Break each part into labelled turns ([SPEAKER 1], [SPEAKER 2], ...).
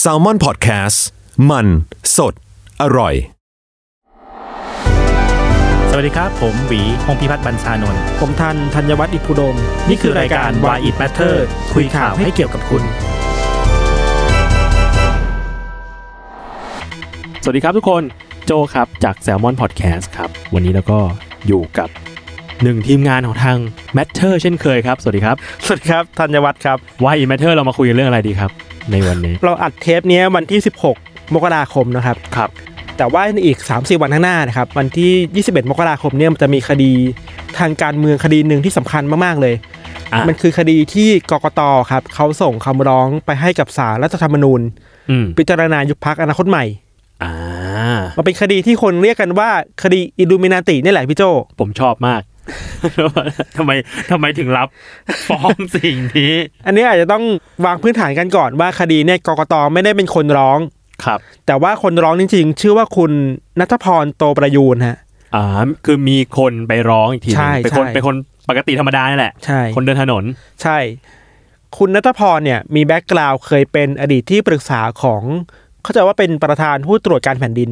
[SPEAKER 1] แซลมอนพอดแคสต์มันสดอร่อย
[SPEAKER 2] สวัสดีครับ ผมหวีพงพิพัฒน์บัญชานนท์
[SPEAKER 3] ผมทันธัญวัฒน์อิพุดม
[SPEAKER 2] นี่คือรายการ Why It Matter คุยข่าวให้เกี่ยวกับคุณ
[SPEAKER 4] สวัสดีครับทุกคนโจครับจาก s ซ l m o n Podcast ครับ วันนี้เราก็อยู่กับหนึ่งทีมงานของทาง Matter เช่นเคยครับ สวัสดีครับ
[SPEAKER 3] สวัสดีครับธัญวัฒน์ครับ
[SPEAKER 4] ว่า in Matter เรามาคุยกันเรื่องอะไรดีครับ ในวันนี้
[SPEAKER 3] เราอัดเทปเนี้ยวันที่ 16 มกราคมนะครับ
[SPEAKER 4] ครับ
[SPEAKER 3] แต่ว่าในอีก 3-4 วันข้างหน้านะครับ วันที่ 21 มกราคมเนี่ยมันจะมีคดีทางการเมืองคดีหนึ่งที่สำคัญมาก ๆ เลย
[SPEAKER 4] อ่ะ
[SPEAKER 3] มันคือคดีที่กกตครับเขาส่งคำร้องไปให้กับศาลรัฐธรรมนูญ
[SPEAKER 4] อืม
[SPEAKER 3] พิจารณายุบพักอนาคตใหม่
[SPEAKER 4] อ่า
[SPEAKER 3] มันเป็นคดีที่คนเรียกกันว่าคดีอิลูมินาตินี่แหละพี่โจ
[SPEAKER 4] ผมชอบมาก ทำไมทำไมถึงรับ ฟ้องสิ่งนี้
[SPEAKER 3] อันนี้อาจจะต้องวางพื้นฐานกันก่อนว่าคดีเนี่ยกกตไม่ได้เป็นคนร้อง
[SPEAKER 4] ครับ
[SPEAKER 3] แต่ว่าคนร้องจริงๆ ชื่อว่าคุณนัทพรโตประยูนฮะ
[SPEAKER 4] อ่าคือมีคนไปร้องอีกทีหนึ่ง
[SPEAKER 3] ใช่
[SPEAKER 4] เป็นคน
[SPEAKER 3] ใช่
[SPEAKER 4] เป็นคนปกติธรรมดานี่แหละ
[SPEAKER 3] ใช่
[SPEAKER 4] คนเดินถนน
[SPEAKER 3] ใช่ คุณนัทพรเนี่ยมีแบ็กกราวด์เคยเป็นอดีตที่ปรึกษาของ เข้าใจว่าเป็นประธานผู้ตรวจการแผ่นดิน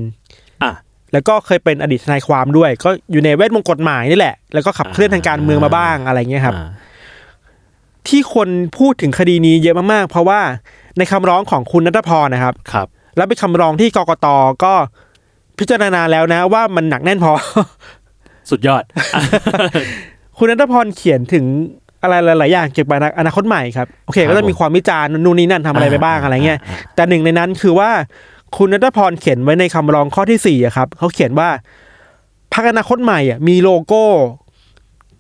[SPEAKER 4] อ่ะ
[SPEAKER 3] แล้วก็เคยเป็นอดีตทนายความด้วย ก็อยู่ในเวทมงกฎหมายนี่แหละ แล้วก็ขับเคลื่อนทางการเมืองมาบ้างอะไรเงี้ยครับ
[SPEAKER 4] อ่า
[SPEAKER 3] ที่คนพูดถึงคดีนี้เยอะมากๆ เพราะว่าในคำร้องของคุณนัทพรนะครับ
[SPEAKER 4] ครับ
[SPEAKER 3] แล้วเป็นคำร้องที่กกตก็พิจารณาแล้วนะว่ามันหนักแน่นพอ
[SPEAKER 4] สุดยอด
[SPEAKER 3] คุณนัทพรเขียนถึงอะไรหลาย ๆ อย่างเกี่ยวกับอนาคตใหม่ครับโอเค
[SPEAKER 4] ครับ
[SPEAKER 3] ก็จะมี
[SPEAKER 4] ผม
[SPEAKER 3] ความวิจารณ์นู่นนี่นั่นทำอะไรไปบ้างอะไรเงี้ยแต่หนึ่งในนั้นคือว่าคุณนัทพรเขียนไว้ในคำร้องข้อที่สี่อะครับเขาเขียนว่าพรรคอนาคตใหม่อะมีโลโก้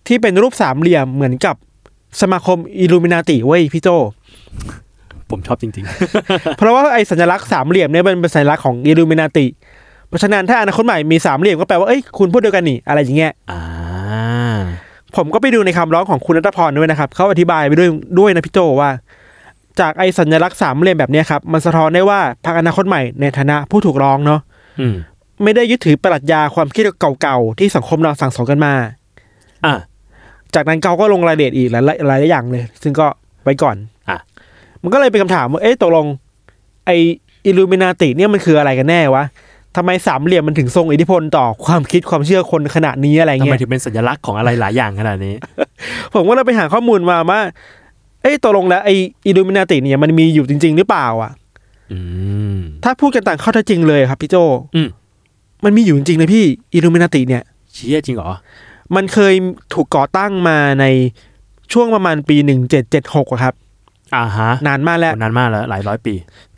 [SPEAKER 3] ที่เป็นรูปสามเหลี่ยมเหมือนกับสมาคมอิลูมินาติเว้ยพี่โจ
[SPEAKER 4] ผมชอบจริง ๆ
[SPEAKER 3] เพราะว่าไอ้สัญลักษณ์สามเหลี่ยมเนี่ยมันเป็นสัญลักษณ์ของอิลูมินาติเพราะฉะนั้นถ้าอนาคตใหม่มีสามเหลี่ยมก็แปลว่าเอ้ยคุณพูดเดียวกันนี่อะไรอย่างเงี้ย
[SPEAKER 4] อ่า
[SPEAKER 3] ผมก็ไปดูในคำร้องของคุณรัตพรด้วยนะครับเขาอธิบายไปด้วยด้วยนะพี่โจว่า จากไอสัญลักษณ์สามเหลี่ยมแบบเนี้ยครับมันสะท้อนได้ว่าพรรคอนาคตใหม่ในฐานะผู้ถูกร้องเนาะ
[SPEAKER 4] อืม
[SPEAKER 3] ไม่ได้ยึดถือปรัชญาความคิดเก่าๆที่สังคมเราสั่งสอนกันมา
[SPEAKER 4] อ่ะ
[SPEAKER 3] จากนั้นเขาก็ลงรายละเอียดอีกหลายหลายอย่างเลย ซึ่งก็ไว้ก่อน
[SPEAKER 4] อ่ะ
[SPEAKER 3] มันก็เลยเป็นคำถามว่าเอ๊ะตกลงไออิลูมินาติเนี่ยมันคืออะไรกันแน่วะทำไมสามเหลี่ยมมันถึงทรงอิทธิพลต่อความคิดความเชื่อคนขนาดนี้อะไร
[SPEAKER 4] ทำ
[SPEAKER 3] เงี้
[SPEAKER 4] ไม
[SPEAKER 3] ย
[SPEAKER 4] ถึงเป็นสัญลักษณ์ของอะไรหลายอย่างขนาดนี้
[SPEAKER 3] ผมก็เลยไปหาข้อมูลมาว่า เอ้ยตกลงแล้วไอ้อิลูมินาติเนี่ยมันมีอยู่จริง ๆ หรือเปล่าอ่ะ
[SPEAKER 4] อืม
[SPEAKER 3] ถ้าพูดกันต่างข้อเท็จจริงเลยครับพี่โจ
[SPEAKER 4] อืม
[SPEAKER 3] มันมีอยู่จริงๆนะพี่อิลูมินาติเนี่ย
[SPEAKER 4] เชี่ยจริงเหรอ
[SPEAKER 3] มันเคยถูกก่อตั้งมาในช่วงประมาณปีหนึ่งเจ็ดเจ็ดหกครับ
[SPEAKER 4] อ่าฮะ
[SPEAKER 3] นานมากแล้ว
[SPEAKER 4] โหนานมากแล้ว หลายร้อยปี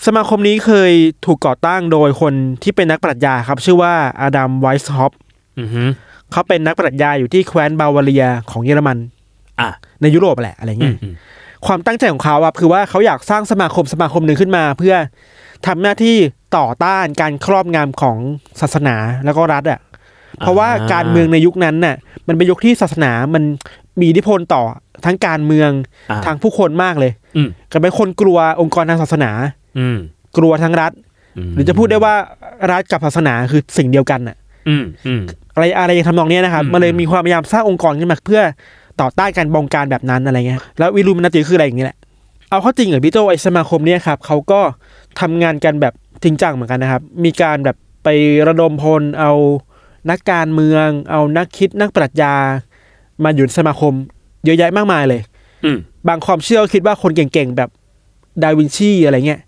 [SPEAKER 3] สมาคมนี้เคยถูกก่อตั้งโดยคนที่เป็นนักปรัชญาครับ ชื่อว่าอาดัมไวส์ฮอป
[SPEAKER 4] อือฮึ
[SPEAKER 3] เขาเป็นนักปรัชญาอยู่ที่แคว้นบาวาเรียของเยอรมัน
[SPEAKER 4] อ่ะ
[SPEAKER 3] ในยุโรปแหละอะไร
[SPEAKER 4] อื
[SPEAKER 3] เงี้ย
[SPEAKER 4] มอืม
[SPEAKER 3] ความตั้งใจของเขาอะคือว่าเขาอยากสร้างสมาคมสมาคมหนึ่งขึ้นมา เพื่อทำหน้าที่ต่อต้านการครอบงำของศาสนาแล้วก็รัฐอะเพราะว่าการเมืองในยุคนั้นน่ะ มันเป็นยุคที่ศาสนามันมีอิทธิพลต่อทั้งการเมือง
[SPEAKER 4] อ่ะ
[SPEAKER 3] ทางผู้คนมากเลย
[SPEAKER 4] อืม
[SPEAKER 3] กันเป็นคนกลัวองค์กรทางศาสนา
[SPEAKER 4] อืม
[SPEAKER 3] กลัวทั้งรัฐ
[SPEAKER 4] ม
[SPEAKER 3] หรือจะพูดได้ว่ารัฐกับศาสนาคือสิ่งเดียวกันน่ะ
[SPEAKER 4] อืมอืม
[SPEAKER 3] อะไรอะไรทำนองเนี้ยนะครับ
[SPEAKER 4] อืม
[SPEAKER 3] มันเลยมีความพยายามสร้างองค์กรขึ้นมาเพื่อต่อต้านการบงการแบบนั้นอะไรเงี้ยแล้ววิลูมินาติคืออะไรอย่างนี้แหละเอาเข้อจริงเหรอพี่โจไอสมาคมเนี่ยครับเขาก็ทำงานกันแบบจริงจังเหมือนกันนะครับ มีการแบบไประดมพลเอานักการเมือง เอานักคิดนักปรัชญา มาอยู่ในสมาคมเยอะแยะมากมายเลย
[SPEAKER 4] อืม
[SPEAKER 3] บางความเชื่อก็คิดว่าคนเก่งๆแบบดาวินชีอะไรเงี้ย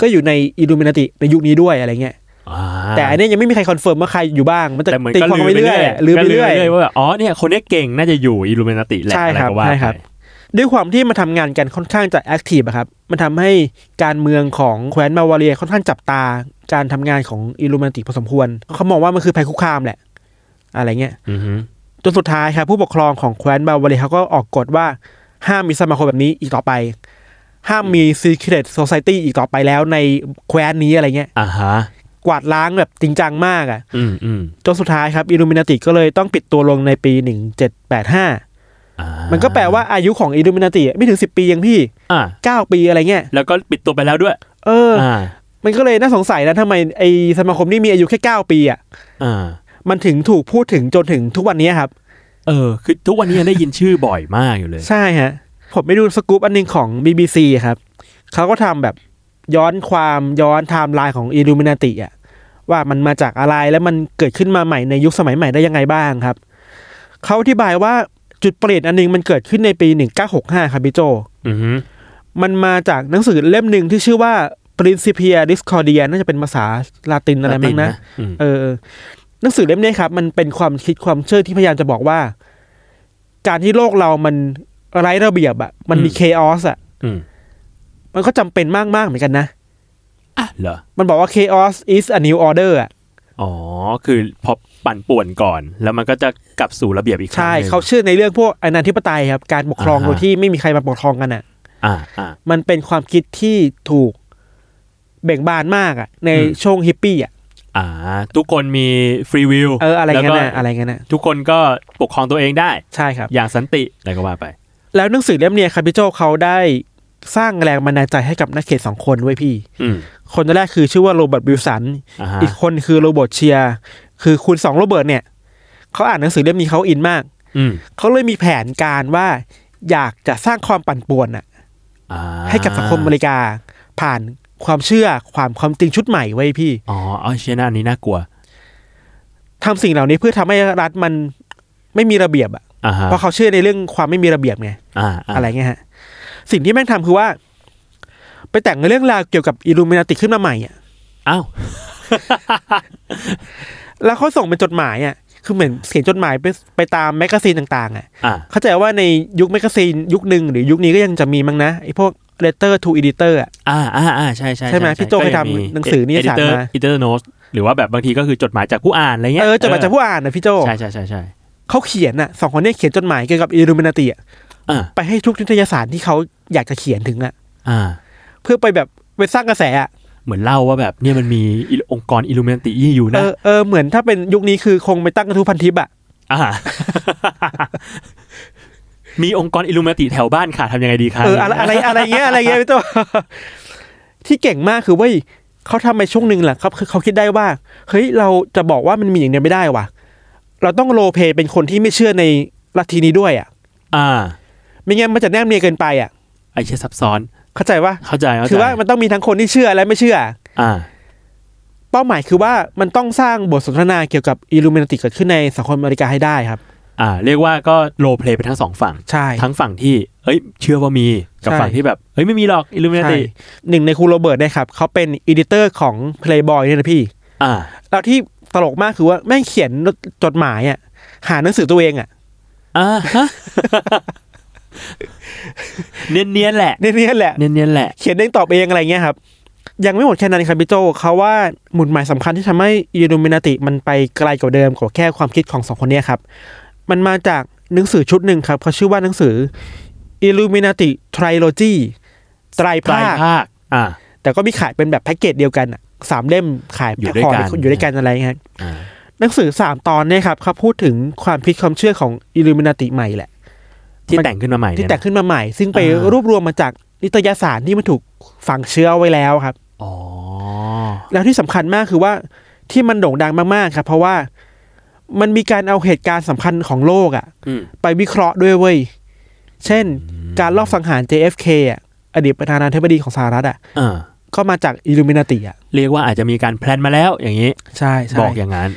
[SPEAKER 3] ก็อยู่ในอิลูมินาติในยุคนี้ด้วยอะไรเงี้ย
[SPEAKER 4] อ่า
[SPEAKER 3] แต่อันเนี้ยยังไม่มีใครคอนเฟิร์มว่าใครอยู่บ้างมันจะ
[SPEAKER 4] แต่เหมือน
[SPEAKER 3] ตี
[SPEAKER 4] ก็
[SPEAKER 3] ความ
[SPEAKER 4] ลือไป
[SPEAKER 3] ไปเรื่
[SPEAKER 4] เรื่อย
[SPEAKER 3] อ
[SPEAKER 4] ย
[SPEAKER 3] อะลือไปเรื่อย
[SPEAKER 4] ก็ว่าแบบอ๋อเนี่ยคนเนี้ยเก่งน่าจะอยู่อิลูเมนาติแหละ
[SPEAKER 3] ใช่
[SPEAKER 4] อะไร
[SPEAKER 3] ครับ
[SPEAKER 4] ก็ว่า
[SPEAKER 3] ใช่ครับ
[SPEAKER 4] ไป
[SPEAKER 3] ด้วยความที่มันทำงานกันค่อนข้างจะแอคทีฟอะครับ มันทำให้การเมืองของแคว้นบาวาเรียค่อนข้างจับตาการทำงานของอิลูมินาติพอสมควร เขามองว่ามันคือภัยคุกคามแหละ อะไรเงี้ย
[SPEAKER 4] อือฮึ
[SPEAKER 3] จนสุดท้ายครับ ผู้ปกครองของแคว้นบาวาเรียเขาก็ออกกฎว่าห้ามมีสมาคมแบบนี้อีกต่อไป ห้ามมีซีเครตโซซ i ตี้อีกต่อไปแล้วในแคว้นนี้อะไรเงี้ย
[SPEAKER 4] อ่าฮะ
[SPEAKER 3] กวาดล้างแบบจริงจังมากอะ
[SPEAKER 4] อืมอืม
[SPEAKER 3] จนสุดท้ายครับอิลูมินาติก็เลยต้องปิดตัวลงในปี 1785
[SPEAKER 4] อ่า
[SPEAKER 3] มันก็แปลว่าอายุของอิลูมินาติไม่ถึง 10 ปียังพี่
[SPEAKER 4] อ่า
[SPEAKER 3] เก้าปีอะไรเงี้ย
[SPEAKER 4] แล้วก็ปิดตัวไปแล้วด้วย
[SPEAKER 3] เออ
[SPEAKER 4] อ่า
[SPEAKER 3] มันก็เลยน่าสงสัยนะทำไมไอสมาคมนี่มีอายุแค่เก้าปีอ่ะ
[SPEAKER 4] อ่า
[SPEAKER 3] มันถึงถูกพูดถึงจนถึงทุกวันนี้ครับ
[SPEAKER 4] เออ คือทุกวันนี้ยังได้ยินชื่อบ่อยมากอยู่เลย
[SPEAKER 3] ใช่ฮะ ผมไปดูสกู๊ปอันหนึงของ BBC ครับ เขาก็ทำแบบย้อนความย้อนไทม์ไลน์ของอิลูมินาติอ่ะว่ามันมาจากอะไรและมันเกิดขึ้นมาใหม่ในยุคสมัยใหม่ได้ยังไงบ้างครับ เขาอธิบายว่าจุดเปลี่ยนอันหนึงมันเกิดขึ้นในปี 1965 ครับพี่โจ
[SPEAKER 4] อือฮึ
[SPEAKER 3] มันมาจากหนังสือเล่มหนึ่งที่ชื่อว่า Principia Discordia น่าจะเป็นภาษาลาตินอะไรมั้งนะ
[SPEAKER 4] อืม
[SPEAKER 3] เออหนังสือเล่มนี้ครับ มันเป็นความคิดความเชื่อที่พยายามจะบอกว่า การที่โลกเรามันไร้ระเบียบอะมันมีเคออสอะ
[SPEAKER 4] อืม
[SPEAKER 3] มันก็จำเป็นมาก ๆ เหมือนกันนะ
[SPEAKER 4] อ่ะเหรอ
[SPEAKER 3] มันบอกว่า chaos is a new order อะ
[SPEAKER 4] อ๋อ คือพอปั่นป่วนก่อน แล้วมันก็จะกลับสู่ระเบียบอีกครั้ง
[SPEAKER 3] ใช่
[SPEAKER 4] หนึ่ง
[SPEAKER 3] เขาเชื่อในเรื่องพวกอนาธิปไตยครับ การปกครอง
[SPEAKER 4] อ่าฮะ
[SPEAKER 3] โดยที่ไม่มีใครมาปกครองกันอะ
[SPEAKER 4] อ่าอ่า
[SPEAKER 3] มันเป็นความคิดที่ถูกเบ่งบานมากอะใน
[SPEAKER 4] อืม
[SPEAKER 3] ช่วงฮิปปี้อะ
[SPEAKER 4] อ่า ทุกคนมีฟรีวิว
[SPEAKER 3] เอออะไร
[SPEAKER 4] แล้ว
[SPEAKER 3] เงี้
[SPEAKER 4] ก็
[SPEAKER 3] ยนะอะไรเงี้ยนะ
[SPEAKER 4] ทุกคนก็ปกครองตัวเองได้
[SPEAKER 3] ใช่ครับ
[SPEAKER 4] อย่างสันติอะไรก็ว่าไป
[SPEAKER 3] แล้วหนังสือเล่มเนี้ยครับพี่โจเขาได้สร้างแรงบันดาลใจให้กับนักเขียนสองคนไว้ยพี่
[SPEAKER 4] อืม
[SPEAKER 3] คนแรกคือชื่อว่าโรเบิร์ตวิลสัน
[SPEAKER 4] อ่าฮะ
[SPEAKER 3] อีกคนคือโรเบิร์ตเชียร์คือคุณสองโรเบิร์ตเนี่ยเขาอ่านหนังสือเล่มนี้เขาอินมาก
[SPEAKER 4] อืม
[SPEAKER 3] เขาเลยมีแผนการว่าอยากจะสร้างความปั่นป่วนน่ะ
[SPEAKER 4] อ่า
[SPEAKER 3] ให้กับสังคมอเมริกา ผ่านความเชื่อความความจริงชุดใหม่ไว้ยพี่
[SPEAKER 4] อ๋อเอาเชียหนาอันนี้น่ากลัว
[SPEAKER 3] ทำสิ่งเหล่านี้เพื่อทำให้รัฐมันไม่มีระเบียบอ่ะ
[SPEAKER 4] อ่าฮะ
[SPEAKER 3] เพราะเขาเชื่อในเรื่องความไม่มีระเบียบไง
[SPEAKER 4] อ่า
[SPEAKER 3] อะไรเงี้ยฮะ สิ่งที่แม่งทำคือว่า ไปแต่งเรื่องราวเกี่ยวกับอิลูมินาติขึ้นมาใหม่อ่ะ
[SPEAKER 4] อ้าว
[SPEAKER 3] แล้วเขาส่งเป็นจดหมายอ่ะ คือเหมือนเขียนจดหมายไปไปตามแมกกาซีนต่างๆอ่ะ
[SPEAKER 4] อ่า
[SPEAKER 3] เข้าใจว่าในยุคแมกกาซีนยุคหนึ่งหรือยุคนี้ก็ยังจะมีมั้งนะไอ้พวก letter to editor อ่ะ
[SPEAKER 4] อ่าอ่าอ่าใช่ใช่
[SPEAKER 3] ใช่ไหมพี่โจ้เคยทำหนังสือนิยสารมา
[SPEAKER 4] อิเตอร์โนสหรือว่าแบบบางทีก็คือจดหมายจากผู้อ่านอะไรเงี้ย
[SPEAKER 3] เออจดหมายจากผู้อ่านนะพี่โจ
[SPEAKER 4] ใช่ใช่ใช่ใช่
[SPEAKER 3] เขาเขียนอ่ะสองคนเนี้เขียนจดหมายเกี่ยวกับอิลูมินาติอ่ะ
[SPEAKER 4] อ่า
[SPEAKER 3] ไปให้ทุกนิตยสารที่เขาอยากจะเขียนถึงอ่ะ
[SPEAKER 4] อ่า
[SPEAKER 3] เพื่อไปแบบไปสร้างกระแสอ่ะ
[SPEAKER 4] เหมือนเล่าว่าแบบเนี่ยมันมีอิองค์กรอิลูเมนติอยู่
[SPEAKER 3] เอ
[SPEAKER 4] นะ
[SPEAKER 3] อเออเหมือนถ้าเป็นยุคนี้คือคงไปตั้งกระทู้พันทิปอ่ะ
[SPEAKER 4] ่า มีองค์กรอิลูเมนติแถวบ้านค่ะทำยังไงดีคะ
[SPEAKER 3] เอออะไรอะไรอะไรเงี้ยอะไรเงี้ยพี่ตัว ที่เก่งมากคือเว้ยเขาทำไปช่วงหนึ่งแหละครับคือเขาคิดได้ว่า เฮ้ยเราจะบอกว่ามันมีอย่างเดียวไม่ได้ว่ะ เราต้องโรลเพลย์เป็นคนที่ไม่เชื่อในลัทธินี้ด้วยอ่ะ
[SPEAKER 4] อ่า
[SPEAKER 3] ไม่งั้นมันจะแนบเนียนเกินไปอ่ะ
[SPEAKER 4] ไอเชี่ยซับซ้อน
[SPEAKER 3] เข้าใจว่า
[SPEAKER 4] เข้าใจเข้าใจ
[SPEAKER 3] คือว่ามันต้องมีทั้งคนที่เชื่อและไม่เชื่อ
[SPEAKER 4] อ่า
[SPEAKER 3] เป้าหมายคือว่ามันต้องสร้างบทสนทนาเกี่ยวกับอิลูเมนติเกิดขึ้นในสังคมอเมริกาให้ได้ครับ
[SPEAKER 4] อ่า เรียกว่าก็โรเพลย์ไปทั้งสองฝั่ง
[SPEAKER 3] ใช่
[SPEAKER 4] ทั้งฝั่งที่ เอ้ย เชื่อว่ามีกับ
[SPEAKER 3] ใช่
[SPEAKER 4] ฝั่งที่แบบเอ้ยไม่มีหรอกอิลูเมน
[SPEAKER 3] ใช่
[SPEAKER 4] ติ
[SPEAKER 3] หนึ่งในครูโรเบิร์ตเนะครับเขาเป็นอดิเตอร์ของ Playboy เนี่ยนะพี่
[SPEAKER 4] อ่า
[SPEAKER 3] แล้วที่ตลกมากคือว่าแม่งเขียนจดหมายอ่ะหาหนังสือตัวเองอ่ะ
[SPEAKER 4] อ่าฮะ เนียนเนียนๆแหละ
[SPEAKER 3] เนี่ยเนี่ยแหละ
[SPEAKER 4] เนียนเนียนๆแหละ
[SPEAKER 3] เขียนเองตอบเองอะไรเงี้ยครับ ยังไม่หมดแค่นั้นครับพี่โจเขาว่าหมุดหมายสำคัญที่ทำให้อิลูมินาติมันไปไกลกว่าเดิมกว่าแค่ความคิดของสองคนเนี้ยครับ มันมาจากหนังสือชุดหนึ่งครับเขาชื่อว่าหนังสือ Illuminati Trilogy ไตร
[SPEAKER 4] ปลาย
[SPEAKER 3] ภาค
[SPEAKER 4] ภาค อ่า
[SPEAKER 3] แต่ก็มีขายเป็นแบบแพ็กเกจเดียวกันอะสามเล่มขาย
[SPEAKER 4] อยู่ด้วยกัน
[SPEAKER 3] แพ็คห่อยู่ด้วยกันอะไรเงี้ยครับ
[SPEAKER 4] อ่า
[SPEAKER 3] หนังสือสามตอนเนี่ยครับเขาพูดถึงความคิดความเชื่อของอิลูมินาติใหม่แหละ
[SPEAKER 4] ที่
[SPEAKER 3] มัน
[SPEAKER 4] แต่งขึ้นมาใหม่
[SPEAKER 3] ที่
[SPEAKER 4] เนี่ย
[SPEAKER 3] แต่งขึ้นมาใหม่ ซึ่งไป
[SPEAKER 4] อ่าร ร
[SPEAKER 3] วบรวมมาจากนิตยสารที่มันถูกฝังเชื้อเอาไว้แล้วครับ
[SPEAKER 4] อ๋อ
[SPEAKER 3] แล้วที่สำคัญมากคือว่าที่มันโด่งดังมากๆครับ เพราะว่ามันมีการเอาเหตุการณ์สำคัญของโลกอะ
[SPEAKER 4] อืม
[SPEAKER 3] ไปวิเคราะห์ด้วยเว้ย เช่น การลอบสังหาร JFK อะอดีตประธานาธิบดีของสหรัฐอะ
[SPEAKER 4] อ่า
[SPEAKER 3] ก็มาจากอิลูมินาติอะ
[SPEAKER 4] เรียกว่าอาจจะมีการแพลนมาแล้วอย่างนี้
[SPEAKER 3] ใช่
[SPEAKER 4] บบ อ
[SPEAKER 3] อก
[SPEAKER 4] กอย่างนั้น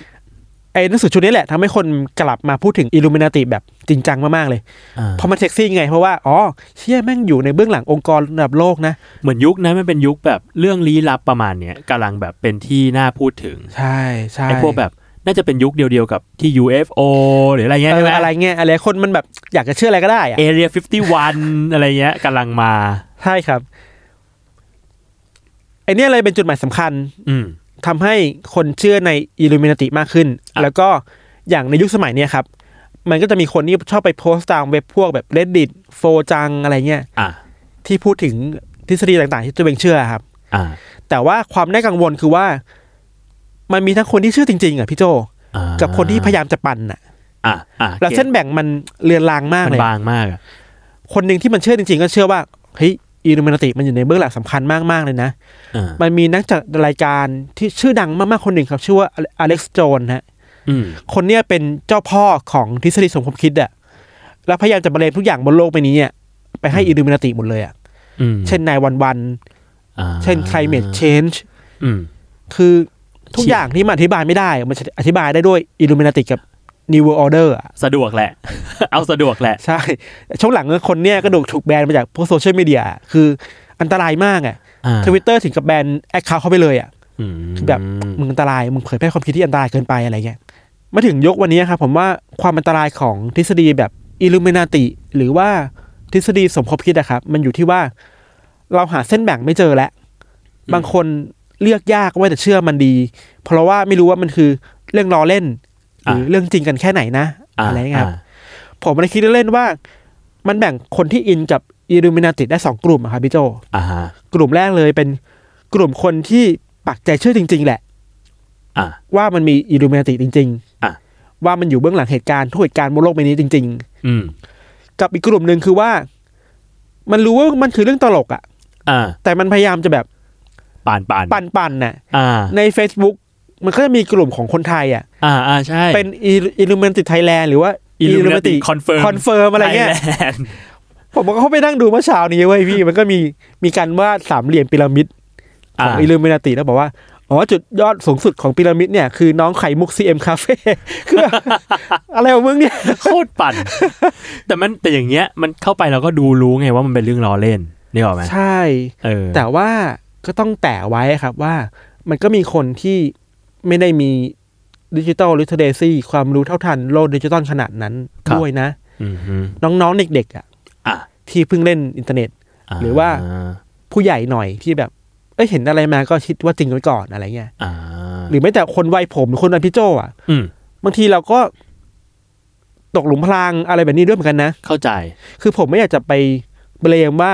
[SPEAKER 3] ไอ้หนังสือชุดนี้แหละทำให้คนกลับมาพูดถึงอิลูมินาติแบบจริงจังมากๆเลย
[SPEAKER 4] อ่า
[SPEAKER 3] เพราะมันเซ็กซี่ไงเพราะว่าอ๋อเชี่ยแม่งอยู่ในเบื้องหลังองค์กรระดับโลกนะ
[SPEAKER 4] เหมือนยุคนั้นมันเป็นยุคแบบเรื่องลี้ลับประมาณเนี้ยกำลังแบบเป็นที่น่าพูดถึง
[SPEAKER 3] ใช่ใช่
[SPEAKER 4] ไอ้พวกแบบน่าจะเป็นยุคเดียวๆกับที่ UFO หรืออะไรเงี้ย
[SPEAKER 3] เอ
[SPEAKER 4] ใช่
[SPEAKER 3] อ
[SPEAKER 4] ไหม
[SPEAKER 3] อะไรเงี้ยอะไรคนมันแบบอยากจะเชื่ออะไรก็ได้อะ
[SPEAKER 4] เอเรีย51 อะไรเงี้ยกำลังมา
[SPEAKER 3] ใช่ครับไอเนี้ยเลยเป็นจุดหมายสำคัญ
[SPEAKER 4] อืม
[SPEAKER 3] ทำให้คนเชื่อในอิลูมินาติมากขึ้น
[SPEAKER 4] อ่ะ
[SPEAKER 3] แล้วก็อย่างในยุคสมัยเนี้ยครับ มันก็จะมีคนที่ชอบไปโพสต์ตามเว็บพวกแบบ reddit โฟจังอะไรเงี้ย
[SPEAKER 4] อ่า
[SPEAKER 3] ที่พูดถึงทฤษฎีต่างๆ ที่ตัวเองเชื่อครับ
[SPEAKER 4] อ่า
[SPEAKER 3] แต่ว่าความน่ากังวลคือว่า มันมีทั้งคนที่เชื่อจริงๆอ่ะพี่โจ
[SPEAKER 4] อ่า
[SPEAKER 3] กับคนที่พยายามจะปั่นอ่ะ
[SPEAKER 4] อ่าอ่า
[SPEAKER 3] แล้วเส้นแบ่งมันเลือนลางมาก
[SPEAKER 4] มัน
[SPEAKER 3] เลย
[SPEAKER 4] บางมากอะ
[SPEAKER 3] คนหนึ่งที่มันเชื่อจริงๆ ก็เชื่อว่าเฮ้ยอิลูมินาติมันอยู่ในเบื้องหลังสำคัญมากๆเลยนะ
[SPEAKER 4] อ่า
[SPEAKER 3] มันมีนักจัดรายการที่ชื่อดังมากๆ คนหนึ่งครับ ชื่อว่าอเล็กซ์โจนฮะ
[SPEAKER 4] อืม
[SPEAKER 3] คนเนี้ยเป็นเจ้าพ่อของทฤษฎีสมคบคิดอะแล้วพยายามจะบรรเลงทุกอย่างบนโลกใบนี้อะไปให้อิลูมินาติหมดเลยอะ
[SPEAKER 4] อืม
[SPEAKER 3] เช่นนายวันวัน
[SPEAKER 4] อ่า
[SPEAKER 3] เช่น climate change
[SPEAKER 4] อืม
[SPEAKER 3] คือทุก
[SPEAKER 4] เชี่ย
[SPEAKER 3] อย่างที่มันอธิบายไม่ได้ มันจะอธิบายได้ด้วย Illuminati กับ New World Order อะ
[SPEAKER 4] สะดวกแหละ เอาสะดวกแหละ
[SPEAKER 3] ใช่ ช่วงหลังเนี่ยคนเนี่ยก็โดนถูกแบนมาจากพวกโซเชียลมีเดียคืออันตรายมากอ่ะ
[SPEAKER 4] อ่า
[SPEAKER 3] ทวิตเตอร์ถึงกับแบนแอคเคาท์เข้าไปเลยอ่ะ
[SPEAKER 4] อืม
[SPEAKER 3] แบบ มึงอันตราย มึงเผยแพร่ความคิดที่อันตรายเกินไปอะไรเงี้ย มาถึงยกวันนี้ครับผมว่าความอันตรายของทฤษฎีแบบอิลูเมนาติ หรือว่าทฤษฎีสมคบคิดอะครับ มันอยู่ที่ว่าเราหาเส้นแบ่งไม่เจอแล้ว บางคนเลือกยากว่าจะเชื่อมันดี เพราะว่าไม่รู้ว่ามันคือเรื่องล้อเล่น หรือเรื่องจริงกันแค่ไหนนะ
[SPEAKER 4] า
[SPEAKER 3] อะไรเงี้ยครับ
[SPEAKER 4] า
[SPEAKER 3] ผมเลยคิดเล่นๆว่า มันแบ่งคนที่อินกับอิลูเมนาติได้สองกลุ่มอะครับพี่โจ
[SPEAKER 4] อ่าฮะ
[SPEAKER 3] กลุ่มแรกเลยเป็นกลุ่มคนที่ปักใจเชื่อจริง ๆ แหละ
[SPEAKER 4] อ่า
[SPEAKER 3] ว่ามันมีอิลูเมนติจริง
[SPEAKER 4] อ่ะ
[SPEAKER 3] ๆ ว่ามันอยู่เบื้องหลังเหตุการณ์ทุกเหตุการณ์บนโลกใบนี้จริง
[SPEAKER 4] อืม
[SPEAKER 3] ๆ กับอีกกลุ่มหนึ่งคือว่า มันรู้ว่ามันคือเรื่องตลกอะ
[SPEAKER 4] อ่า
[SPEAKER 3] แต่มันพยายามจะแบบ
[SPEAKER 4] ป่านป่าน
[SPEAKER 3] ปั่นๆน่ะ
[SPEAKER 4] อ่า
[SPEAKER 3] ใน Facebook มันก็จะมีกลุ่มของคนไทยอะ
[SPEAKER 4] อ่าอ่าใช่
[SPEAKER 3] เป็นอิลูเมนติไทยแลนด์หรือว่า Illuminati
[SPEAKER 4] คอนเฟิร์ม
[SPEAKER 3] Confirm อะไรเงี้ย ผมก็เข้าไปนั่งดูเมื่อเช้านี้เว้ยพี่ มันก็มีมีการวาดสามเหลี่ยมพีระมิดของอิลูเมนติแล้วบอกว่าอ๋อจุดยอดสูงสุดของพีระมิดเนี่ยคือน้องไข่มุกซีเอ็มคาเฟ่ คือ อะไรของมึงเนี่ย
[SPEAKER 4] โคตรปั่น แต่มันแต่อย่างเงี้ยมันเข้าไปเราก็ดูรู้ไงว่ามันเป็นเรื่องล้อเล่นนี่หรอกไหม
[SPEAKER 3] ใช่
[SPEAKER 4] เออ
[SPEAKER 3] แต่ว่าก็ต้องแต่ไว้ครับว่า มันก็มีคนที่ไม่ได้มีดิจิตอลลิเทเรซีความรู้เท่าทันโลกดิจิตอลขนาดนั้นด้วยนะ
[SPEAKER 4] อืมฮึ
[SPEAKER 3] น้องๆ เด็กๆอ่ะ
[SPEAKER 4] อ่ะ
[SPEAKER 3] ที่เพิ่งเล่นอินเทอร์เน็ต หรือว่า ผู้ใหญ่หน่อยที่แบบ เอ้ยเห็นอะไรมาก็คิดว่าจริงไว้ก่อนอะไรเงี้ย
[SPEAKER 4] อ่า
[SPEAKER 3] หรือไม่แต่คนวัยผมหรือคนวัยพี่โจอ่ะ
[SPEAKER 4] อืม
[SPEAKER 3] บางทีเราก็ตกหลุมพรางอะไรแบบนี้ด้วยเหมือนกันนะ
[SPEAKER 4] เข้าใจ
[SPEAKER 3] คือผมไม่อยากจะไปเบลมว่า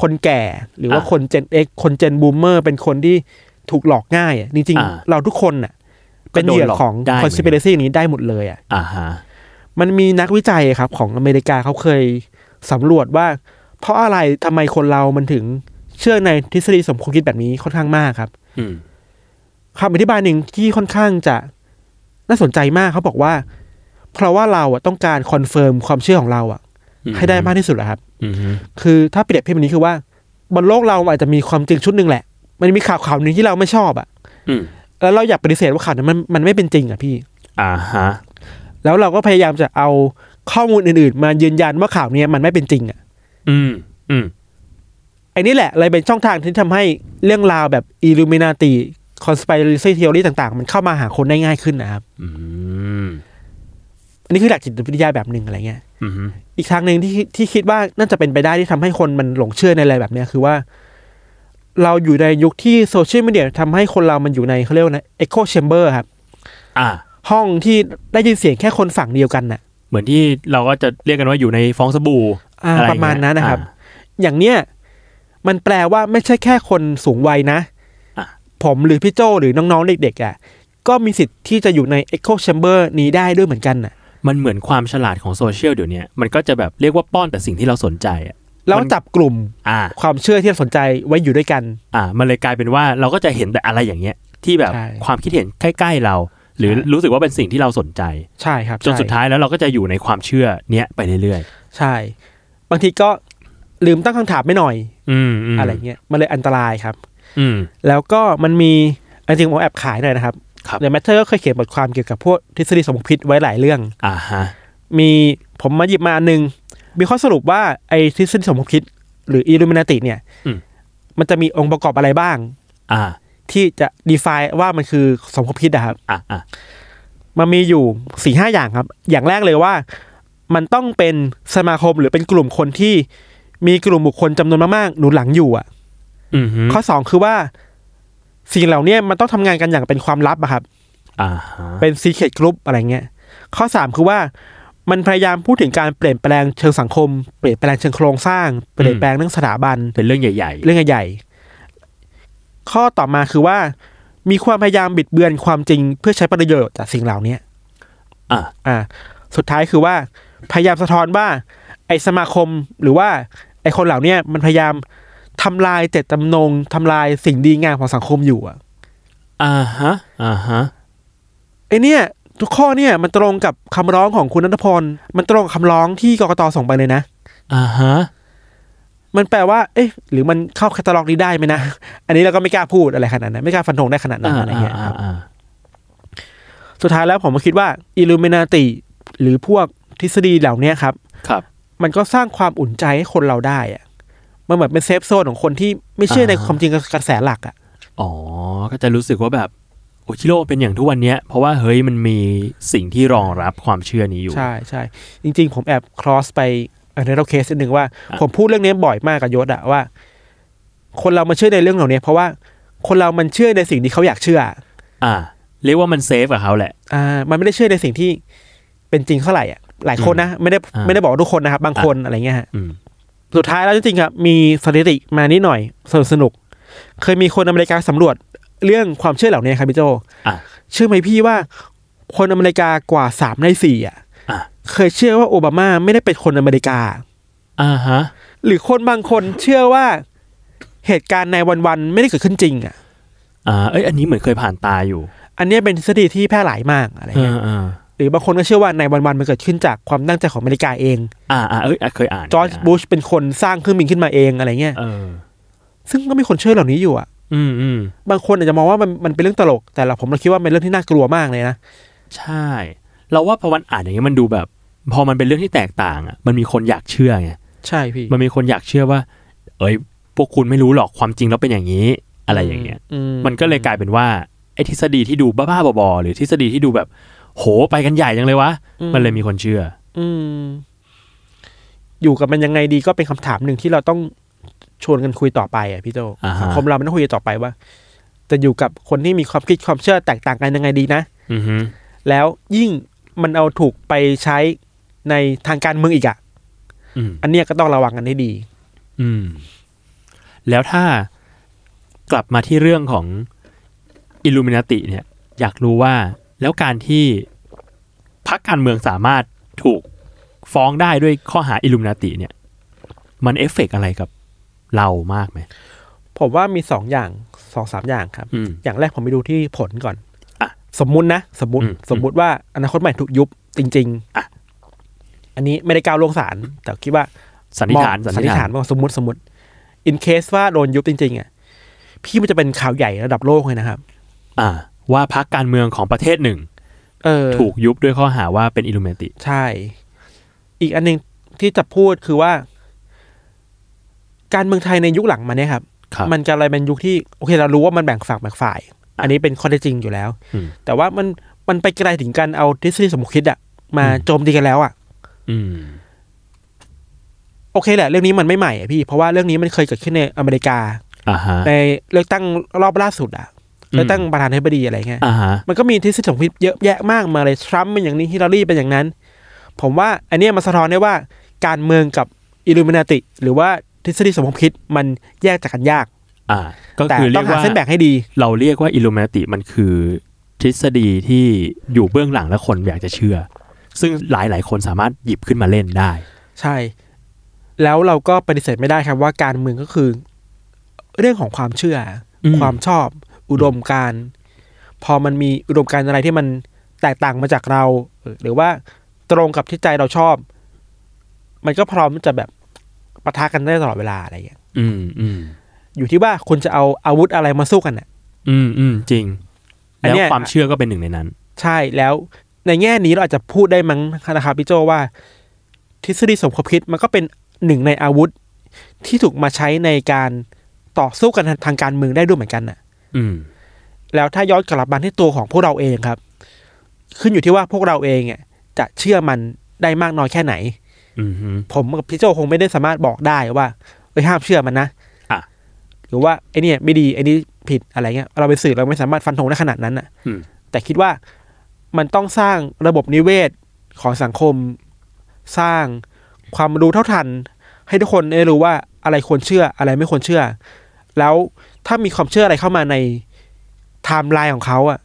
[SPEAKER 3] คนแก่หรือว่า
[SPEAKER 4] อ่ะ
[SPEAKER 3] คน Gen X คน Gen Boomer เป็นคนที่ถูกหลอกง่ายอะจริง
[SPEAKER 4] อ่า
[SPEAKER 3] ๆ เราทุกคนน่ะ
[SPEAKER 4] ก็
[SPEAKER 3] เป็น
[SPEAKER 4] โดน
[SPEAKER 3] เหยื่อ
[SPEAKER 4] หลอก
[SPEAKER 3] ของ
[SPEAKER 4] ได้เหมือนกัน
[SPEAKER 3] conspiracy นี้ได้หมดเลยอ่ะ
[SPEAKER 4] อ่าฮะ
[SPEAKER 3] มันมีนักวิจัยครับ ของอเมริกาเขาเคยสำรวจว่า เพราะอะไรทำไมคนเรามันถึงเชื่อในทฤษฎีสมคบคิดแบบนี้ค่อนข้างมากครับ
[SPEAKER 4] อืม
[SPEAKER 3] คำอธิบายหนึ่งที่ค่อนข้างจะน่าสนใจมากเขาบอกว่า เพราะว่าเราอะต้องการคอนเฟิร์มความเชื่อของเราอะ
[SPEAKER 4] อื
[SPEAKER 3] ให้ได้มากที่สุดอะครับ
[SPEAKER 4] อืมฮึ
[SPEAKER 3] คือถ้าเปรียบเทียบแบบนี้คือว่าบนโลกเราอาจจะมีความจริงชุดหนึ่งแหละ มันมีข่าวข่าวหนึ่งที่เราไม่ชอบอะ
[SPEAKER 4] อืม
[SPEAKER 3] แล้วเราอยากปฏิเสธว่าข่าวนั้นมันมันไม่เป็นจริงอะพี่
[SPEAKER 4] อ่าฮะ
[SPEAKER 3] แล้วเราก็พยายามจะเอาข้อมูลอื่นๆ มายืนยันว่าข่าวเนี้ยมันไม่เป็นจริงอะ
[SPEAKER 4] อืมอืม
[SPEAKER 3] ไอ้นี่แหละเลยเป็นช่องทางที่ทำให้เรื่องราวแบบอิลูเมนาตีคอน spiracy theory ต่างๆ มันเข้ามาหาคนได้ง่ายขึ้นนะครับ
[SPEAKER 4] อืม
[SPEAKER 3] อันนี้คือหลักจิตวิทยาแบบหนึ่งอะไรเงี้ย
[SPEAKER 4] อืมฮึ
[SPEAKER 3] อีกทางหนึ่งที่ที่คิดว่าน่าจะเป็นไปได้ที่ทำให้คนมันหลงเชื่อในอะไรแบบเนี้ยคือว่า เราอยู่ในยุคที่โซเชียลมีเดียทำให้คนเรามันอยู่ในเขาเรียกว่าเอ็กโคแชมเบอร์ครับ
[SPEAKER 4] อ่า
[SPEAKER 3] ห้องที่ได้ยินเสียงแค่คนฝั่งเดียวกันน่ะ
[SPEAKER 4] เหมือนที่เราก็จะเรียกกันว่าอยู่ในฟองสบู่
[SPEAKER 3] อ่า
[SPEAKER 4] อไอย่งเงี้ย
[SPEAKER 3] ประมาณนั้นนะครับ
[SPEAKER 4] อ่
[SPEAKER 3] อย่างเนี้ยมันแปลว่าไม่ใช่แค่คนสูงวัยนะ
[SPEAKER 4] อ่ะ
[SPEAKER 3] ผมหรือพี่โจหรือน้องๆเด็กๆอ่ะก็มีสิทธิ์ที่จะอยู่ในเอ็กโคแชมเบอร์นี้ได้ด้วยเหมือนกันน่ะ
[SPEAKER 4] มันเหมือนความฉลาดของโซเชียลเดี๋ยวเนี้ยมันก็จะแบบเรียกว่าป้อนแต่สิ่งที่เราสนใจอ่ะ
[SPEAKER 3] แล้ว
[SPEAKER 4] มัน
[SPEAKER 3] จับกลุ่ม
[SPEAKER 4] อ่า
[SPEAKER 3] ความเชื่อที่เราสนใจไว้อยู่ด้วยกัน
[SPEAKER 4] อ่ามันเลยกลายเป็นว่าเราก็จะเห็นแต่อะไรอย่างเงี้ย ที่แบบ
[SPEAKER 3] ใช่
[SPEAKER 4] ความคิดเห็นใกล้ ๆเรา หรือ
[SPEAKER 3] ใช่
[SPEAKER 4] รู้สึกว่าเป็นสิ่งที่เราสนใจ
[SPEAKER 3] ใช่ครับ
[SPEAKER 4] จน
[SPEAKER 3] ใช่
[SPEAKER 4] สุดท้ายแล้วเราก็จะอยู่ในความเชื่อเนี้ยไปเรื่อย
[SPEAKER 3] ใช่ บางทีก็ลืมตั้งคำถามไม่หน่อย
[SPEAKER 4] ๆ อืมม
[SPEAKER 3] อะไรเงี้ยมันเลยอันตรายครับ
[SPEAKER 4] อืม
[SPEAKER 3] แล้วก็มันมีอันจริงผมแอบขายหน่อยนะครับ
[SPEAKER 4] ครับ
[SPEAKER 3] ในแมทเทอร์ก็เคยเขียนบทความเกี่ยวกับพวกทฤษฎีสมคบคิดไว้หลายเรื่อง
[SPEAKER 4] อ่าฮะ
[SPEAKER 3] มีผมมาหยิบมาอันหนึง มีข้อสรุปว่าไอ้ทฤษฎีสมคบคิด หรืออิลูมินาติเนี่ยมันจะมีองค์ประกอบอะไรบ้าง
[SPEAKER 4] อ่า
[SPEAKER 3] ที่จะ define ว่ามันคือสมคบคิดนะครับ
[SPEAKER 4] อ่าอ่า
[SPEAKER 3] มันมีอยู่สี่ห้าอย่างครับ อย่างแรกเลยว่า มันต้องเป็นสมาคมหรือเป็นกลุ่มคนที่มีกลุ่มบุคคลจำนวนมากๆหนุนหลังอยู่อ่ะ
[SPEAKER 4] อืมฮึ
[SPEAKER 3] ข้อสองคือว่าสิ่งเหล่าเนี้ยมันต้องทำงานกันอย่างเป็นความลับอะครับ
[SPEAKER 4] อ่าฮะ
[SPEAKER 3] เป็นซีเค t กรุ๊ปอะไรเงี้ย ข้อสามคือว่ามันพยายามพูดถึงการเปลี่ยนแปลงเชิงสังคม เปลี่ยนแปลงเชิงโครงสร้าง เปลี่ยนแปลงเรื่องสถาบัน
[SPEAKER 4] เป็นเรื่องใหญ่
[SPEAKER 3] เรื่องใหญ่ๆข้อต่อมาคือว่ามีความพยายามบิดเบือนความจริงเพื่อใช้ประโยชน์จากสิ่งเหล่าเนี้ย
[SPEAKER 4] อ่ะ
[SPEAKER 3] อ่า สุดท้ายคือว่าพยายามสะท้อนว่า ไอสมาคมหรือว่า ไอคนเหล่าเนี้ยมันพยายามทำลายเจตจำนงทำลายสิ่งดีงามของสังคมอยู่อ่ะ
[SPEAKER 4] ๆอ่าฮะอ่าฮะ
[SPEAKER 3] ไอเนี่ยทุกข้อเนี่ยมันตรงกับคำร้องของคุณนัทพลมันตรงกับคำร้องที่กกตส่งไปเลยนะ
[SPEAKER 4] อ่าฮะ
[SPEAKER 3] มันแปลว่า เอ๊ะ หรือมันเข้าแคตตาล็อกนี้ได้ไหมนะ อันนี้เราก็ไม่กล้าพูดอะไรขนาดนั้น ไม่กล้าฟันธงได้ขนาดนั้
[SPEAKER 4] อ่าน
[SPEAKER 3] อะไรเงี้ยครับ
[SPEAKER 4] อ่า
[SPEAKER 3] สุดท้ายแล้วผมก็คิดว่าอิลูเมนาติหรือพวกทฤษฎีเหล่าเนี้ยครับ
[SPEAKER 4] ครับ
[SPEAKER 3] มันก็สร้างความอุ่นใจให้คนเราได้อะมันเหมือนเป็นเซฟโซนของคนที่ไม่เชื่อใน
[SPEAKER 4] อ่า
[SPEAKER 3] ความจริงกับกระแสหลักอะ
[SPEAKER 4] อ๋อ ก็จะรู้สึกว่าแบบโอชิโร่เป็นอย่างทุกวันเนี้ยเพราะว่าเฮ้ยมันมีสิ่งที่รองรับความเชื่อนี้อยู่
[SPEAKER 3] ใช่ใช่จริง ๆ ผมแอบครอสไปอันนี้เราเคสอันหนึ่งว่า
[SPEAKER 4] อ่ะ
[SPEAKER 3] ผมพูดเรื่องนี้บ่อยมากกับยศอะว่า คนเรามันเชื่อในเรื่องเหล่านี้เพราะว่าคนเรามันเชื่อในสิ่งที่เขาอยากเชื่ออะ
[SPEAKER 4] อ่า เรียกว่ามันเซฟกับเขาแหละ
[SPEAKER 3] อ่า มันไม่ได้เชื่อในสิ่งที่เป็นจริงเท่าไหร่อะหลายคนนะไม่ได้
[SPEAKER 4] อ่า
[SPEAKER 3] ไม่ได้บอกว่าทุกคนนะครับบางคนอะไรเงี้ยฮะ
[SPEAKER 4] อืม
[SPEAKER 3] สุดท้ายแล้วจริงๆครับมีสถิติมานิดหน่อยสนุกสนุกๆเคยมีคนอเมริกาสำรวจเรื่องความเชื่อเหล่านี้ครับพี่โจ
[SPEAKER 4] อ่ะ
[SPEAKER 3] เชื่อไหมพี่ว่าคนอเมริกากว่าสามในสี่อ่ะ
[SPEAKER 4] อ่ะ
[SPEAKER 3] เคยเชื่อว่าโอบามาไม่ได้เป็นคนอเมริกา
[SPEAKER 4] อ่าฮะ
[SPEAKER 3] หรือคนบางคนเชื่อว่าเหตุการณ์ในวันๆไม่ได้เกิดขึ้นจริงอ่ะ
[SPEAKER 4] อ่า เอ้ย อันนี้เหมือนเคยผ่านตาอยู่
[SPEAKER 3] อันเนี้ยเป็นทฤษฎีที่แพร่หลายมากอะไร
[SPEAKER 4] เอ
[SPEAKER 3] เงี้ย
[SPEAKER 4] อเออ
[SPEAKER 3] หรือบางคนก็เชื่อว่าในวันๆมันเกิดขึ้นจากความตั้งใจของอเมริกาเอง
[SPEAKER 4] อ่าอ่าเอ้ยอ่ะเคยอ่าน
[SPEAKER 3] จอร์จ
[SPEAKER 4] เคยาน
[SPEAKER 3] บุชเป็นคนสร้างเครื่องบินขึ้นมาเองอะไรเงี้ย
[SPEAKER 4] เออ
[SPEAKER 3] ซึ่งก็มีคนเชื่อเหล่านี้อยู่อ่ะ
[SPEAKER 4] อืมอืม
[SPEAKER 3] บางคนอาจจะมองว่ามันมันเป็นเรื่องตลก แต่เราผมเราคิดว่ามันเป็นเรื่องที่น่ากลัวมากเลยนะ
[SPEAKER 4] ใช่ เราว่าพอมันอ่านอย่างเงี้ยมันดูแบบ พอมันเป็นเรื่องที่แตกต่างอ่ะ มันมีคนอยากเชื่อไง
[SPEAKER 3] ใช่พี่
[SPEAKER 4] มันมีคนอยากเชื่อว่า เอ้ย พวกคุณไม่รู้หรอกความจริงแล้วเป็นอย่างนี้ อะไรอย่างเงี้ย มันก็เลยกลายเป็นว่าไอ้ทฤษฎีที่ดูบ้าๆบอๆหรือทฤษฎีที่ดูแบบ โหไปกันใหญ่จังเลยวะ มันเลยมีคนเชื่อ
[SPEAKER 3] อืมอยู่กับมันยังไงดีก็เป็นคำถามหนึ่งที่เราต้องชวนกันคุยต่อไปอ่ะพี่โต
[SPEAKER 4] อ่าฮะ
[SPEAKER 3] สังคมเรามันต้องคุยกันต่อไปว่า จะอยู่กับคนที่มีความคิดความเชื่อแตกต่างกันยังไงดีนะ
[SPEAKER 4] อือฮึ
[SPEAKER 3] แล้วยิ่งมันเอาถูกไปใช้ในทางการเมืองอีกอ่ะ
[SPEAKER 4] อืม
[SPEAKER 3] อันเนี้ยก็ต้องระวังกันให้ดี
[SPEAKER 4] อืม แล้วถ้ากลับมาที่เรื่องของอิลูมินาติเนี่ย อยากรู้ว่าแล้วการที่พรรคการเมืองสามารถถูกฟ้องได้ด้วยข้อหาอิลูมินาติเนี่ย มันเอฟเฟกต์อะไรกับเรามากไหม
[SPEAKER 3] ผมว่ามีสองอย่างสองสามอย่างครับ
[SPEAKER 4] อืม
[SPEAKER 3] อย่างแรกผมไปดูที่ผลก่อน
[SPEAKER 4] อ่ะ
[SPEAKER 3] สมมุตินะ สมมติ
[SPEAKER 4] อืม
[SPEAKER 3] สมมุติว่าอนาคตใหม่ถูกยุบจริงๆ
[SPEAKER 4] อ่ะ
[SPEAKER 3] อันนี้ไม่ได้ก้าวล่วงศาลแต่คิดว่า
[SPEAKER 4] สันนิษฐาน
[SPEAKER 3] มองสันนิษฐานว่าสมมติสมมติ อินเคสว่าโดนยุบจริงๆอ่ะพี่มันจะเป็นข่าวใหญ่ระดับโลกเลยนะครับ
[SPEAKER 4] อ่า ว่าพรรคการเมืองของประเทศหนึ่ง
[SPEAKER 3] เออ
[SPEAKER 4] ถูกยุบด้วยข้อหาว่าเป็นอิลูมินาติ
[SPEAKER 3] ใช่ อีกอันหนึงที่จะพูดคือว่า การเมืองไทยในยุคหลังมาเนี่ยครับ
[SPEAKER 4] ครับ
[SPEAKER 3] มันจะอะไรเป็นยุคที่โอเคเรารู้ว่ามันแบ่งฝักแบ่งฝ่าย อันนี้เป็นข้อเท็จจริงอยู่แล้ว
[SPEAKER 4] อืม
[SPEAKER 3] แต่ว่ามันมันไปไกลถึงการเอาทฤษฎีสมคบคิดอะมาโจมตีกันแล้วอะ
[SPEAKER 4] อืม
[SPEAKER 3] โอเคแหละเรื่องนี้มันไม่ใหม่อะพี่ เพราะว่าเรื่องนี้มันเคยเกิดขึ้นในอเมริกา
[SPEAKER 4] อ่าฮะ
[SPEAKER 3] ในเลือกตั้งรอบล่าสุดอะ
[SPEAKER 4] อืม
[SPEAKER 3] เลือกตั้งประธานาธิบดีอะไรเงี้ย
[SPEAKER 4] อ่าฮะ
[SPEAKER 3] มันก็มีทฤษฎีสมคบคิดเยอะแยะมากมายเลยทรัมป์เป็นอย่างนี้ฮิลลารีเป็นอย่างนั้น ผมว่าอันเนี้ยมันสะท้อนได้ว่าการเมืองกับอิลูมินาติหรือว่าทฤษฎีสมคบคิดมันแยกจากกันยาก
[SPEAKER 4] อ่า ก็
[SPEAKER 3] แต่
[SPEAKER 4] คือเรี
[SPEAKER 3] ต้อย ง
[SPEAKER 4] ก
[SPEAKER 3] หา
[SPEAKER 4] ว่า
[SPEAKER 3] เส้นแบ่งให้ดี
[SPEAKER 4] เราเรียกว่าอิลูมินาติมันคือทฤษฎีที่อยู่เบื้องหลังและคนอยากจะเชื่อ ซึ่งหลายหลายๆคนสามารถหยิบขึ้นมาเล่นได้
[SPEAKER 3] ใช่ แล้วเราก็ปฏิเสธไม่ได้ครับว่าการเมืองก็คือ เรื่องของความเชื่ออ
[SPEAKER 4] ม
[SPEAKER 3] ความชอบ อุดมการณ์พอมันมีอุดมการณ์อะไรที่มันแตกต่างมาจากเรา หรือว่าตรงกับที่ใจเราชอบ มันก็พร้อมที่จะแบบปะทะกันได้ตลอดเวลาอะไรอย่างเงี้ย
[SPEAKER 4] อืมอืม
[SPEAKER 3] อยู่ที่ว่าคุณจะเอาอาวุธอะไรมาสู้กันน่ะ
[SPEAKER 4] อืมอืมจริง
[SPEAKER 3] อัน
[SPEAKER 4] แล้ว
[SPEAKER 3] เนี้ย
[SPEAKER 4] ความเชื่อก็เป็นหนึ่งในนั้น
[SPEAKER 3] ใช่แล้วในแง่นี้เราอาจจะพูดได้มั้งนะครับพี่โจว่า ทฤษฎีสมคบคิดมันก็เป็นหนึ่งในอาวุธ ที่ถูกมาใช้ในการต่อสู้กันทางการเมืองได้ด้วยเหมือนกันน่ะ
[SPEAKER 4] อืม
[SPEAKER 3] แล้วถ้าย้อนกลับมาที่ตัวของพวกเราเองครับ ขึ้นอยู่ที่ว่าพวกเราเองเนี่ยจะเชื่อมันได้มากน้อยแค่ไหน
[SPEAKER 4] อืมฮึ
[SPEAKER 3] ผมกับพี่โจคงไม่ได้สามารถบอกได้ว่าเอ้ยห้ามเชื่อมันนะ
[SPEAKER 4] อ่ะ
[SPEAKER 3] หรือว่าไอเนี่ยไม่ดีไอนี่ผิดอะไรเงี้ย เราเป็นสื่อเราไม่สามารถฟันธงได้ขนาดนั้นน่ะ
[SPEAKER 4] อืม
[SPEAKER 3] แต่คิดว่ามันต้องสร้างระบบนิเวศของสังคม สร้างความรู้เท่าทัน ให้ทุกคนได้รู้ว่าอะไรควรเชื่ออะไรไม่ควรเชื่อ แล้วถ้ามีความเชื่ออะไรเข้ามาในไทม์ไลน์ของเขาอ่ะ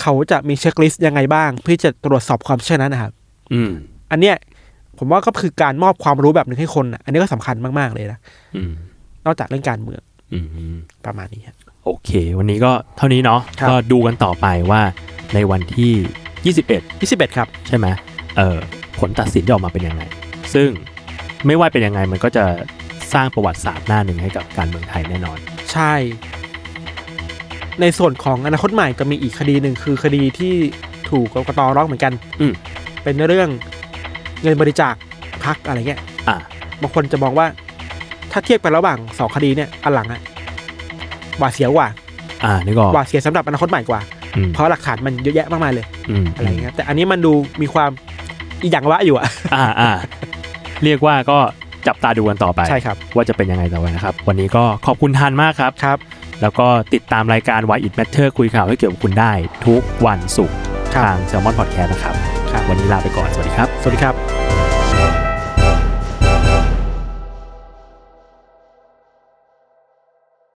[SPEAKER 3] เขาจะมีเช็คลิสต์ยังไงบ้าง เพื่อจะตรวจสอบความเชื่อนั้นนะครับ
[SPEAKER 4] อืม
[SPEAKER 3] อันเนี้ยผมว่าก็คือการมอบความรู้แบบหนึ่งให้คนน่ะอันนี้ก็สำคัญมากๆเลยนะ
[SPEAKER 4] อืม
[SPEAKER 3] นอกจากเรื่องการเมือง
[SPEAKER 4] อืมฮึ
[SPEAKER 3] ประมาณนี้ครับ
[SPEAKER 4] โอเค วันนี้ก็เท่านี้เนาะ
[SPEAKER 3] ครับ
[SPEAKER 4] ก็ดูกันต่อไปว่าในวันที่ 21
[SPEAKER 3] 21ครับ
[SPEAKER 4] ใช่ไหมเออผลตัดสินจะออกมาเป็นยังไง ซึ่งไม่ว่าเป็นยังไงมันก็จะ สร้างประวัติศาสตร์หน้าหนึ่งให้กับการเมืองไทยแน่นอน
[SPEAKER 3] ใช่ ในส่วนของอนาคตใหม่จะมีอีกคดีหนึ่งคือคดีที่ถูกกกตร้องเหมือนกัน
[SPEAKER 4] อืม
[SPEAKER 3] เป็นเรื่องเงินบริจาคพักอะไรเงี้ย
[SPEAKER 4] อ่ะ
[SPEAKER 3] บางคนจะมองว่า ถ้าเทียบกันระหว่างสองคดีเนี่ยอันหลังอะหวาดเสียวกว่า
[SPEAKER 4] อ่านึกออก
[SPEAKER 3] หวาดเสียสำหรับอนาคตใหม่กว่า
[SPEAKER 4] อืม
[SPEAKER 3] เพราะหลักฐานมันเยอะแยะมากมายเลย
[SPEAKER 4] ม
[SPEAKER 3] อะไรเงี้ยแต่อันนี้มันดูมีความอีหยังวะอยู่อะ
[SPEAKER 4] อ่าอ่าเรียกว่าก็จับตาดูกันต่อไป
[SPEAKER 3] ใช่ครับ
[SPEAKER 4] ว่าจะเป็นยังไงต่อไปนะครับ วันนี้ก็ขอบคุณทันมากครับ
[SPEAKER 3] ครับ
[SPEAKER 4] แล้วก็ติดตามรายการ Why It Matter คุยข่าวให้เกี่ยวกับคุณได้ทุกวันศุกร์
[SPEAKER 3] ครับ
[SPEAKER 4] ทาง s ซ l m o n Podcast นะครับ
[SPEAKER 3] ครับ
[SPEAKER 4] วันนี้ลาไปก่อน สวัสดีครับ
[SPEAKER 3] สวัสดีครับ